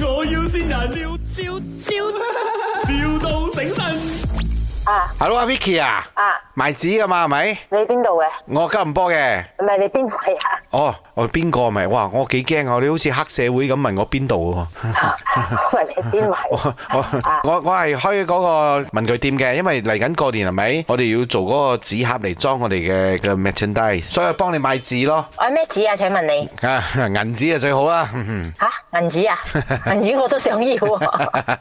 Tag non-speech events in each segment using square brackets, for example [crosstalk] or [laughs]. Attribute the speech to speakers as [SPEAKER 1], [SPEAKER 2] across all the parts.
[SPEAKER 1] 要先人，笑笑笑，,笑到醒神。
[SPEAKER 2] 啊
[SPEAKER 3] Hello 阿 à, Vicky 啊，
[SPEAKER 2] 啊！
[SPEAKER 3] 賣紙噶嘛係咪？
[SPEAKER 2] 你邊度嘅？
[SPEAKER 3] 我急唔波嘅。
[SPEAKER 2] 唔係你邊位
[SPEAKER 3] [laughs]
[SPEAKER 2] 啊？
[SPEAKER 3] 哦，我邊個咪？哇！我幾驚啊！你好似黑社會咁問我邊度喎。
[SPEAKER 2] 我問你邊
[SPEAKER 3] 我
[SPEAKER 2] 位？
[SPEAKER 3] 我
[SPEAKER 2] 啊
[SPEAKER 3] 我我係開嗰個文具店嘅，因為嚟緊過年係咪？我哋要做嗰個紙盒嚟裝我哋嘅嘅 merchandise，所以我幫你買紙咯。
[SPEAKER 2] 我係咩紙啊？請問你
[SPEAKER 3] 啊，銀紙啊最好 [laughs] 啦。嗯
[SPEAKER 2] 吓銀
[SPEAKER 3] [laughs]
[SPEAKER 2] 紙啊？銀紙我都想要喎，
[SPEAKER 3] 啊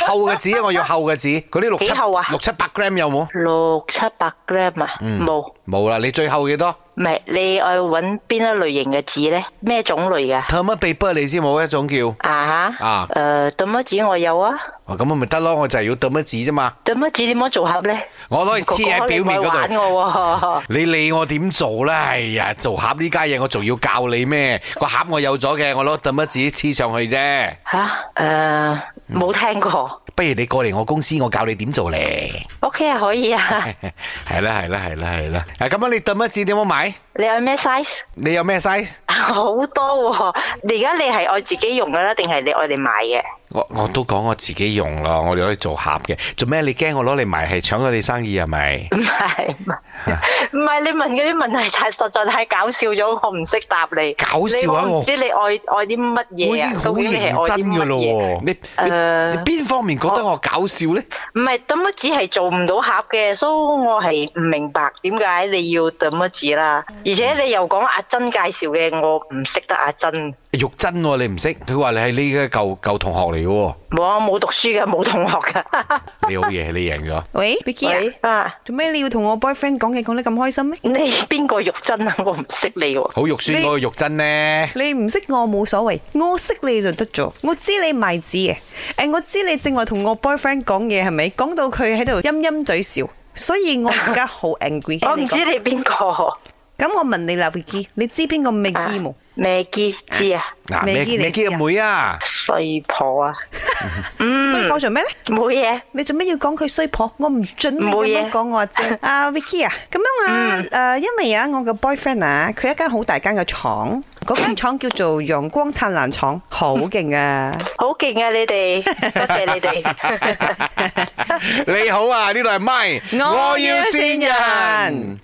[SPEAKER 3] 厚嘅紙我要厚嘅紙，嗰啲六七
[SPEAKER 2] 幾厚啊
[SPEAKER 3] 六七百 gram 有冇？
[SPEAKER 2] 六七百 gram 啊？
[SPEAKER 3] 嗯
[SPEAKER 2] 冇，
[SPEAKER 3] 冇啦，你最厚幾多
[SPEAKER 2] 唔係你我要揾邊一類型嘅紙咧？咩種類噶？
[SPEAKER 3] ？Thermal paper 你知冇一種叫
[SPEAKER 2] 啊哈？
[SPEAKER 3] 啊？
[SPEAKER 2] 誒，對乜紙我有啊？
[SPEAKER 3] 哦咁我咪得咯，我就係要 thermal 紙啫嘛，
[SPEAKER 2] 對乜紙點樣做盒咧？
[SPEAKER 3] 我攞嚟黐喺表面
[SPEAKER 2] 哥哥
[SPEAKER 3] 嗰
[SPEAKER 2] 你
[SPEAKER 3] 度。
[SPEAKER 2] 咪玩我
[SPEAKER 3] [laughs]
[SPEAKER 2] 喎。
[SPEAKER 3] 你理我點做啦？哎呀，做盒呢家嘢我仲要教你咩？個盒我有咗嘅，我攞抌一紙黐上去啫。
[SPEAKER 2] 吓誒，冇聽過。
[SPEAKER 3] 不如你過嚟我公司，我教你點做咧。
[SPEAKER 2] OK 啊，可以啊。
[SPEAKER 3] [laughs] 係啦係啦係啦係啦。啊咁啊，你抌一紙點樣買？
[SPEAKER 2] 你有咩 size？
[SPEAKER 3] 你有咩 size？
[SPEAKER 2] 好多喎、你而家你係愛自己用嘅啦，定係你愛嚟買 [laughs] 嘅？
[SPEAKER 3] 我我都講我自己用咯，我哋攞嚟做盒嘅。做咩？你驚我攞嚟賣係搶咗你生意係咪？
[SPEAKER 2] 唔係唔係，唔係你問嗰啲問題太實在太搞笑咗，我唔識答你。
[SPEAKER 3] 搞笑啊
[SPEAKER 2] 你
[SPEAKER 3] 我
[SPEAKER 2] 唔知你愛愛啲乜
[SPEAKER 3] 我
[SPEAKER 2] 嘢
[SPEAKER 3] 已
[SPEAKER 2] 啊
[SPEAKER 3] 經？好
[SPEAKER 2] 究竟你係
[SPEAKER 3] 認
[SPEAKER 2] 愛
[SPEAKER 3] 真
[SPEAKER 2] 啲
[SPEAKER 3] 噶
[SPEAKER 2] 乜
[SPEAKER 3] 咯
[SPEAKER 2] 嘢？啊
[SPEAKER 3] 喎。你你
[SPEAKER 2] 誒
[SPEAKER 3] 你邊方面覺得我搞笑呢？
[SPEAKER 2] 唔係抌乜紙係做唔到盒嘅，所以我係唔明白點解你要抌乜紙啦。而且你又講阿珍介紹嘅，我唔識得阿珍。
[SPEAKER 3] 玉珍喎，你唔識？佢話你係呢個舊舊同學嚟嘅喎。
[SPEAKER 2] 冇啊，冇讀書嘅，冇同學噶。
[SPEAKER 3] 你好嘢，你贏咗。
[SPEAKER 4] 喂，Vicky 啊，
[SPEAKER 2] 喂啊，
[SPEAKER 4] 做咩你要同我 boyfriend 講嘢講得咁開心咩？
[SPEAKER 2] 你邊個玉珍啊？我唔識你喎。
[SPEAKER 3] 好肉酸
[SPEAKER 4] 你
[SPEAKER 3] 嗰個肉真呢？
[SPEAKER 4] 你唔識我冇所謂，我識你就得咗。我知你賣紙嘅，誒，我知你正話同我 boyfriend 講嘢係咪？講到佢喺度陰陰嘴笑，所以我而家好 angry
[SPEAKER 2] 我
[SPEAKER 4] 你
[SPEAKER 2] 唔
[SPEAKER 4] 講
[SPEAKER 2] 知哦你邊啊個
[SPEAKER 4] 咁我問你啦，Vicky，你知邊個 Maggie 冇？
[SPEAKER 2] 咩基知啊？
[SPEAKER 3] 嗱，咩
[SPEAKER 4] 咩
[SPEAKER 3] 咩
[SPEAKER 4] 機
[SPEAKER 3] 機
[SPEAKER 4] 嚟
[SPEAKER 3] 嘅妹啊，
[SPEAKER 2] 衰婆啊！
[SPEAKER 4] 衰婆做咩咧？
[SPEAKER 2] 冇嘢，
[SPEAKER 4] 你做咩要講佢衰婆？我唔准你咁
[SPEAKER 2] 冇
[SPEAKER 4] 樣
[SPEAKER 2] 嘢
[SPEAKER 4] 講我阿姐。阿 Vicky 啊，咁樣啊，誒、因為啊，我嘅 boyfriend 啊，佢一間好大間嘅廠，嗰間廠叫做陽光燦爛廠，好勁啊！
[SPEAKER 2] 好勁啊！你哋，
[SPEAKER 4] [laughs]
[SPEAKER 2] 多謝你哋。
[SPEAKER 3] 你好啊，呢度係咪？
[SPEAKER 4] 我要線人，。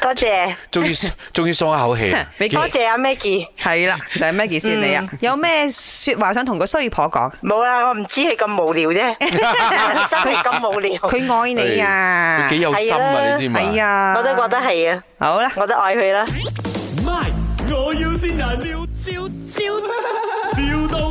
[SPEAKER 2] 多謝，
[SPEAKER 3] 終於終於鬆一口氣啊
[SPEAKER 4] 你
[SPEAKER 2] 多謝阿 Maggie。
[SPEAKER 3] [laughs]
[SPEAKER 4] 係啦，就係 Maggie 先你啊，
[SPEAKER 3] 嗯
[SPEAKER 4] 有咩説話想同個衰婆講？
[SPEAKER 2] 冇啦，我唔知佢咁無聊
[SPEAKER 4] [laughs]
[SPEAKER 2] 啫，真係咁無聊。
[SPEAKER 4] 佢愛你啊
[SPEAKER 3] 佢！幾有心
[SPEAKER 2] 係
[SPEAKER 3] 啊，
[SPEAKER 2] 啊
[SPEAKER 3] 你知嘛？
[SPEAKER 4] 係啊，
[SPEAKER 2] 我都覺得係啊，
[SPEAKER 4] 好啦。
[SPEAKER 2] 我都愛佢啦。
[SPEAKER 1] 咪，我要先人，笑笑笑，,笑到